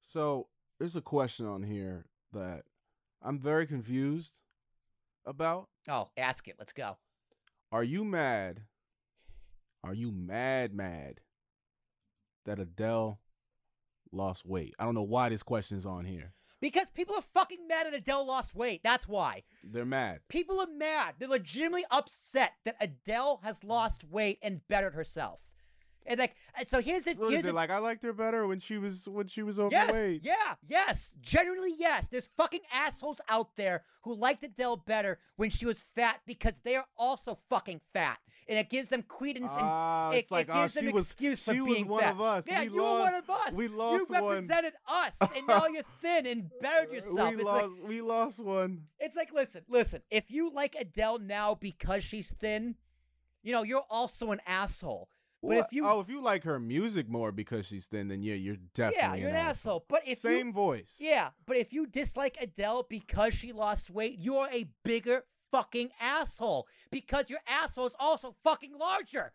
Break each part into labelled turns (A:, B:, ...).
A: So there's a question on here that I'm very confused about.
B: Oh, ask it. Let's go.
A: Are you mad? Are you mad, mad that Adele lost weight? I don't know why this question is on here.
B: Because people are fucking mad at Adele lost weight. That's why.
A: They're mad.
B: People are mad. They're legitimately upset that Adele has lost weight and bettered herself. And like, and so here's the
A: What
B: here's
A: is
B: the,
A: it like? I liked her better when she was when she was
B: yes,
A: overweight.
B: yeah, yes, generally yes. There's fucking assholes out there who liked Adele better when she was fat because they are also fucking fat, and it gives them credence and
A: Ah,
B: it,
A: it's like,
B: it
A: ah,
B: gives them
A: she was-
B: excuse for
A: she was
B: being
A: one
B: fat.
A: of us.
B: Yeah,
A: We
B: you were
A: lost-
B: one of us.
A: we lost
B: You
A: one.
B: represented us, and now you're thin and bettered yourself.
A: We
B: It's
A: lost
B: like,
A: we lost one.
B: It's like, listen, listen. If you like Adele now because she's thin, you know you're also an asshole. But
A: What?
B: if you,
A: oh, if you like her music more because she's thin, then yeah, you're definitely
B: yeah, you're an asshole. But if
A: Same
B: you,
A: voice.
B: yeah, but if you dislike Adele because she lost weight, you are a bigger fucking asshole because your asshole is also fucking larger.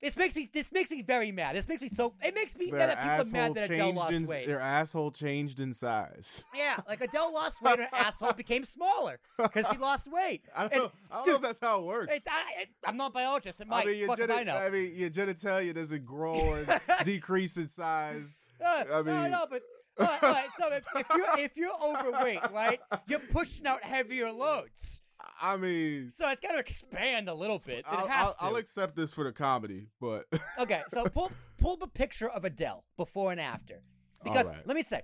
B: This makes me. This makes me very mad. This makes me so. It makes me
A: Their
B: mad that people
A: asshole
B: are mad that Adele
A: changed
B: lost
A: in
B: weight.
A: their asshole changed in size.
B: Yeah, like Adele lost weight, and her asshole became smaller because she lost weight.
A: I don't,
B: And,
A: know, I don't know
B: dude,
A: if that's how it works.
B: It's, I, it- I'm not a biologist. It
A: I
B: might.
A: mean, your
B: Fuck if
A: geni-
B: I know.
A: I mean, your genitalia doesn't grow or decrease in size.
B: Uh,
A: I
B: no,
A: mean-
B: no, but. All right, all right, so if, if you're if you're overweight, right, you're pushing out heavier loads,
A: I mean,
B: so it's got to expand a little bit. It
A: I'll,
B: has
A: I'll,
B: to.
A: I'll accept this for the comedy, but oh,
B: okay, so pull pull the picture of Adele before and after, because
A: right.
B: let me say,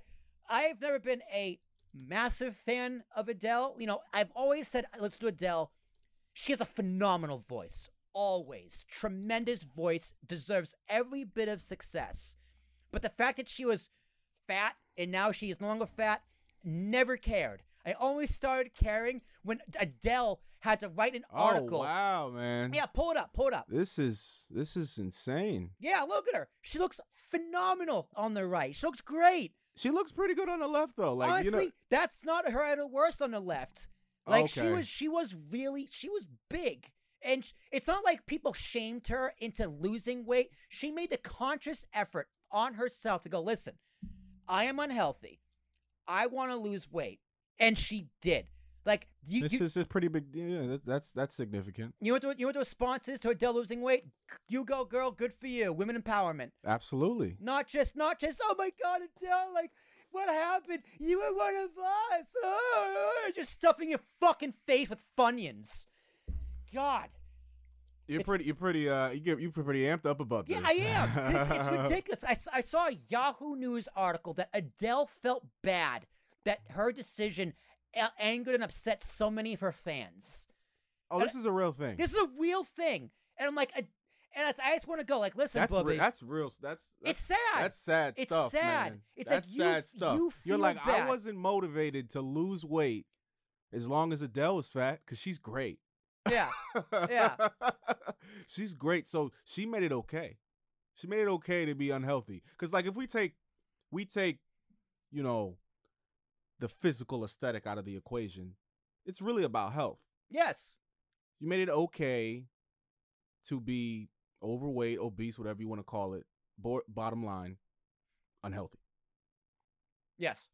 B: I've never been a massive fan of Adele. You know, I've always said let's do Adele. She has a phenomenal voice, always tremendous voice, deserves every bit of success. But the fact that she was fat and now she is no longer fat, never cared. I only started caring when Adele had to write an article.
A: oh wow, man,
B: Yeah, pull it up, pull it up.
A: this is this is insane.
B: Yeah, look at her. She looks phenomenal on the right. She looks great.
A: She looks pretty good on the left though. Like
B: Honestly,
A: you know,
B: that's not her at her worst on the left. Like she
A: Okay.
B: was, she was really, she was big, and sh- it's not like people shamed her into losing weight. She made the conscious effort on herself to go, listen, I am unhealthy. I want to lose weight, and she did. Like you,
A: this
B: you,
A: is a pretty big. Yeah, that, that's that's significant.
B: you know what the, you know what the response is to Adele losing weight? You go, girl. Good for you. Women empowerment.
A: Absolutely.
B: Not just, not just, oh my God, Adele, like, what happened? You were one of us. Oh, just stuffing your fucking face with Funyuns. God.
A: You're
B: It's-
A: pretty. You're pretty. Uh, you get. You're pretty amped up about
B: Yeah,
A: this.
B: I am. It's, it's ridiculous. I, s- I saw a Yahoo News article that Adele felt bad that her decision a- angered and upset so many of her fans.
A: oh, this is a real thing.
B: This is a real thing. And I'm like, Ad- and it's, I just want to go, like, listen,
A: that's
B: Bubby.
A: re- that's real. That's, that's
B: it's sad.
A: That's sad
B: It's
A: stuff.
B: sad.
A: man.
B: It's like
A: that's
B: you
A: sad
B: f-
A: stuff.
B: you
A: are
B: feel
A: like I
B: bad.
A: wasn't motivated to lose weight as long as Adele was fat because she's great.
B: Yeah. Yeah.
A: she's great. So she made it okay. She made it okay to be unhealthy. Cause like if we take, we take, you know, the physical aesthetic out of the equation, it's really about health.
B: yes.
A: You made it okay to be overweight, obese, whatever you want to call it. Bo- bottom line, unhealthy.
B: Yes.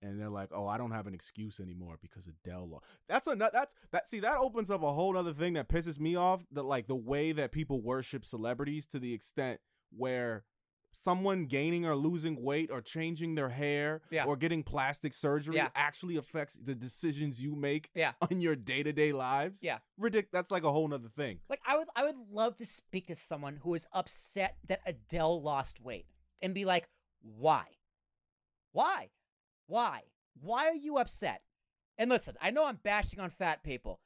A: and they're like, "Oh, I don't have an excuse anymore because Adele." Law. That's another. That's that. See, that opens up a whole other thing that pisses me off. That like the way that people worship celebrities to the extent where someone gaining or losing weight or changing their hair
B: Yeah.
A: or getting plastic surgery
B: Yeah.
A: actually affects the decisions you make
B: Yeah.
A: on your day to day lives.
B: Yeah.
A: Ridic- That's like a whole nother thing.
B: Like I would I would love to speak to someone who is upset that Adele lost weight and be like, "Why? Why? Why? Why are you upset?" And listen, I know I'm bashing on fat people.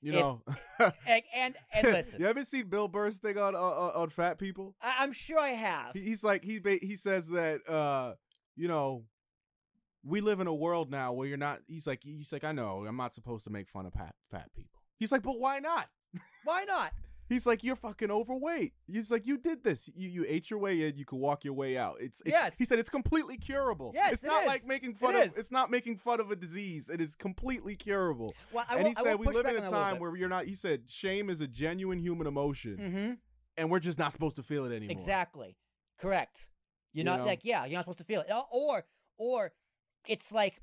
A: You
B: If-
A: know.
B: And and, and listen.
A: you haven't seen Bill Burr's thing on on, on on fat people?
B: I, I'm sure I have.
A: He- he's like he ba- he says that uh you know we live in a world now where you're not he's like he's like i know i'm not supposed to make fun of fat, fat people he's like but why not
B: Why not?
A: he's like you're fucking overweight he's like you did this you you ate your way in you can walk your way out it's, it's
B: Yes.
A: he said it's completely curable
B: Yes,
A: it's
B: it
A: not
B: is.
A: like making
B: It
A: fun of
B: is.
A: it's not making fun of a disease it is completely curable
B: Well, I
A: and
B: will-
A: he
B: I
A: said
B: will
A: we
B: push
A: live
B: back
A: in
B: on
A: a
B: that a little
A: time
B: bit.
A: where you're not he said shame is a genuine human emotion
B: Mhm.
A: and we're just not supposed to feel it anymore
B: Exactly. Correct. You're
A: You
B: not
A: know?
B: like, yeah, you're not supposed to feel it. Or, or it's like,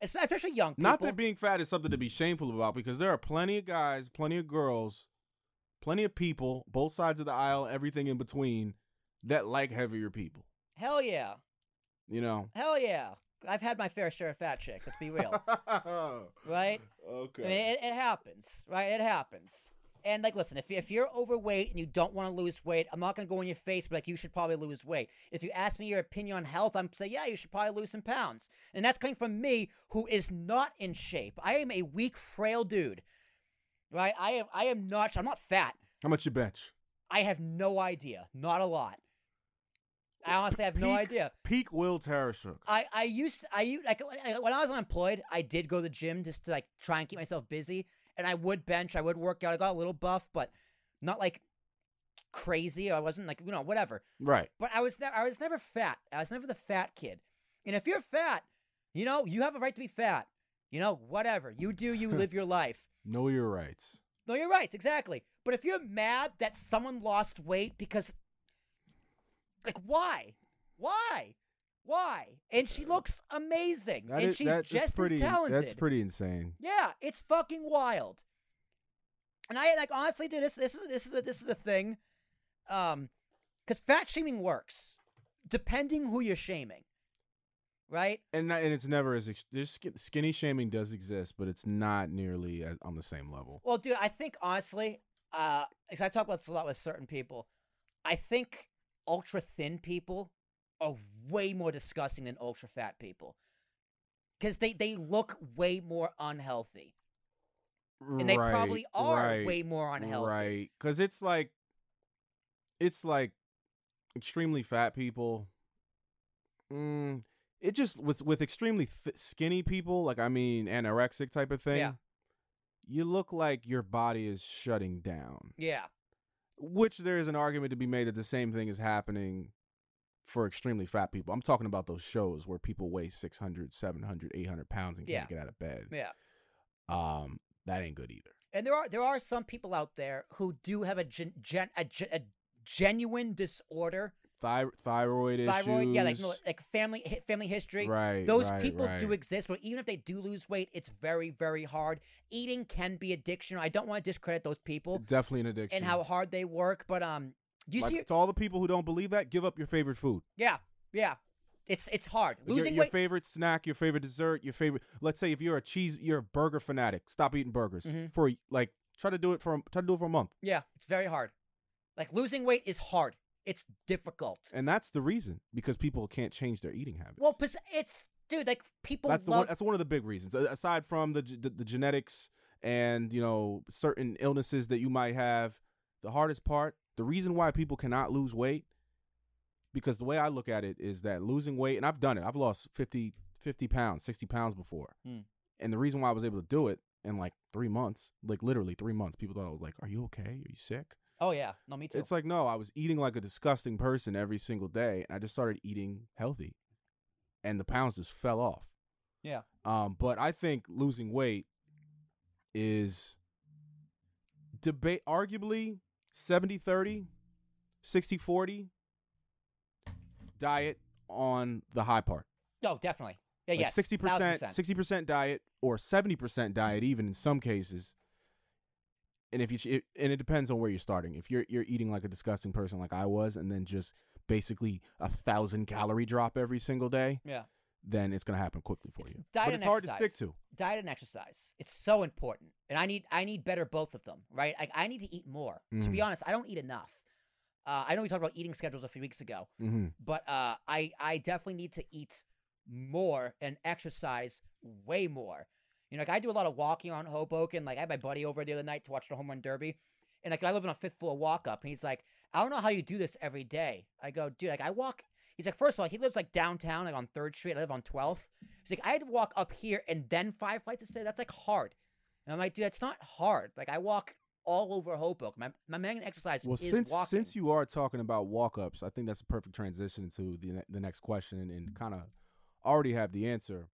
B: it's especially young people.
A: Not that being fat is something to be shameful about because there are plenty of guys, plenty of girls, plenty of people, both sides of the aisle, everything in between, that like heavier people.
B: Hell yeah.
A: You know?
B: Hell yeah. I've had my fair share of fat chicks. Let's be real,
A: okay.
B: right? I mean, it, it happens, right? It happens. And like, listen, if you- if you're overweight and you don't want to lose weight, I'm not gonna go in your face, but like, you should probably lose weight. If you ask me your opinion on health, I'm say, yeah, you should probably lose some pounds. And that's coming from me, who is not in shape. I am a weak, frail dude, right? I am, I am not. I'm not fat.
A: How much you bench?
B: I have no idea. Not a lot. I honestly have no
A: Peak-
B: idea.
A: Peak Will Terror Shook.
B: I, I used to, I u- like I- when I was unemployed, I did go to the gym just to like try and keep myself busy, and I would bench, I would work out. I got a little buff, but not like crazy. I wasn't like you know whatever.
A: Right.
B: But I was never I was never fat. I was never the fat kid. And if you're fat, you know you have a right to be fat. You know whatever you do, you live your life.
A: Know your rights.
B: No, you're right, exactly. But if you're mad that someone lost weight because, like, why, why, why? And she looks amazing,
A: That
B: and
A: is-
B: she's
A: that is
B: just
A: pretty,
B: as talented.
A: That's pretty insane.
B: Yeah, it's fucking wild. And I like honestly, dude, this this is this is a, this is a thing, um, because fat shaming works, depending who you're shaming, right?
A: And not- and it's never as ex- there's sk- skinny shaming does exist, but it's not nearly as, on the same level.
B: Well, dude, I think honestly, uh, 'cause I talk about this a lot with certain people. I think ultra thin people are way more disgusting than ultra fat people because they they look way more unhealthy, and they
A: Right,
B: probably are
A: right.
B: way more unhealthy.
A: Right. Cuz it's like it's like extremely fat people. Mm, it just with with extremely th- skinny people, like I mean anorexic type of thing.
B: Yeah.
A: You look like your body is shutting down,
B: Yeah,
A: which there is an argument to be made that the same thing is happening for extremely fat people. I'm talking about those shows where people weigh 600, 700, 800 pounds and can't
B: Yeah.
A: get out of bed.
B: yeah.
A: Um that ain't good either.
B: And there are there are some people out there who do have a gen, gen a, gen- a genuine disorder,
A: Thy- thyroid issues.
B: thyroid, yeah, like no, like family hi- family history.
A: Right.
B: Those
A: right,
B: people
A: right.
B: do exist, but even if they do lose weight, it's very, very hard. Eating can be addiction. I don't want to discredit those people
A: Definitely an addiction.
B: and how hard they work, but um, do you
A: Like,
B: see,
A: to all the people who don't believe that, give up your favorite food.
B: yeah, yeah, it's it's hard
A: Your-
B: losing
A: your,
B: weight.
A: favorite snack, your favorite dessert, your favorite. Let's say if you're a cheese, you're a burger fanatic. Stop eating burgers
B: Mhm.
A: for like try to do it for try to do it for a month,
B: yeah, it's very hard. Like losing weight is hard. It's difficult.
A: and that's the reason because people can't change their eating habits.
B: Well, 'cause it's dude, like people
A: that's the
B: love.
A: one, that's one of the big reasons. A- Aside from the, g- the the genetics and you know certain illnesses that you might have, the hardest part, the reason why people cannot lose weight, because the way I look at it is that losing weight, and I've done it. I've lost 50, 50 pounds, sixty pounds before,
B: Mm.
A: and the reason why I was able to do it in like three months, like literally three months, people thought I was like, "Are you okay? Are you sick?"
B: oh yeah, no, me too.
A: It's like no, I was eating like a disgusting person every single day, and I just started eating healthy, and the pounds just fell off.
B: yeah,
A: Um, but I think losing weight is debate arguably 70 30, 60 40 diet on the high part.
B: oh definitely. Yeah,
A: Like
B: yes,
A: 60%,
B: 1000%.
A: 60% diet or 70% diet even in some cases. And if you ch- it, and it depends on where you're starting. If you're you're eating like a disgusting person like I was and then just basically a 1000 calorie drop every single day,
B: Yeah,
A: then it's going to happen quickly for
B: It's
A: you.
B: diet
A: but
B: and
A: it's hard to
B: exercise.
A: stick to.
B: diet and exercise it's so important and i need i need better both of them right like i need to eat more to be honest i don't eat enough uh, i know we talked about eating schedules a few weeks ago
A: Mm-hmm.
B: but uh, i i definitely need to eat more and exercise way more you know like i do a lot of walking on hoboken like i had my buddy over the other night to watch the home run derby and like i live on a fifth floor walk up and he's like i don't know how you do this every day i go dude like i walk he's like first of all he lives like downtown like on third street i live on 12th She's like, I had to walk up here and then five flights of stairs. That's like hard. And I'm like, dude, that's not hard. Like I walk all over Hoboken. My my main exercise
A: Well,
B: is
A: since
B: walking.
A: since you are talking about walk
B: Mm.
A: ups, I think that's a perfect transition to the ne- the next question, and, and kind of already have the answer.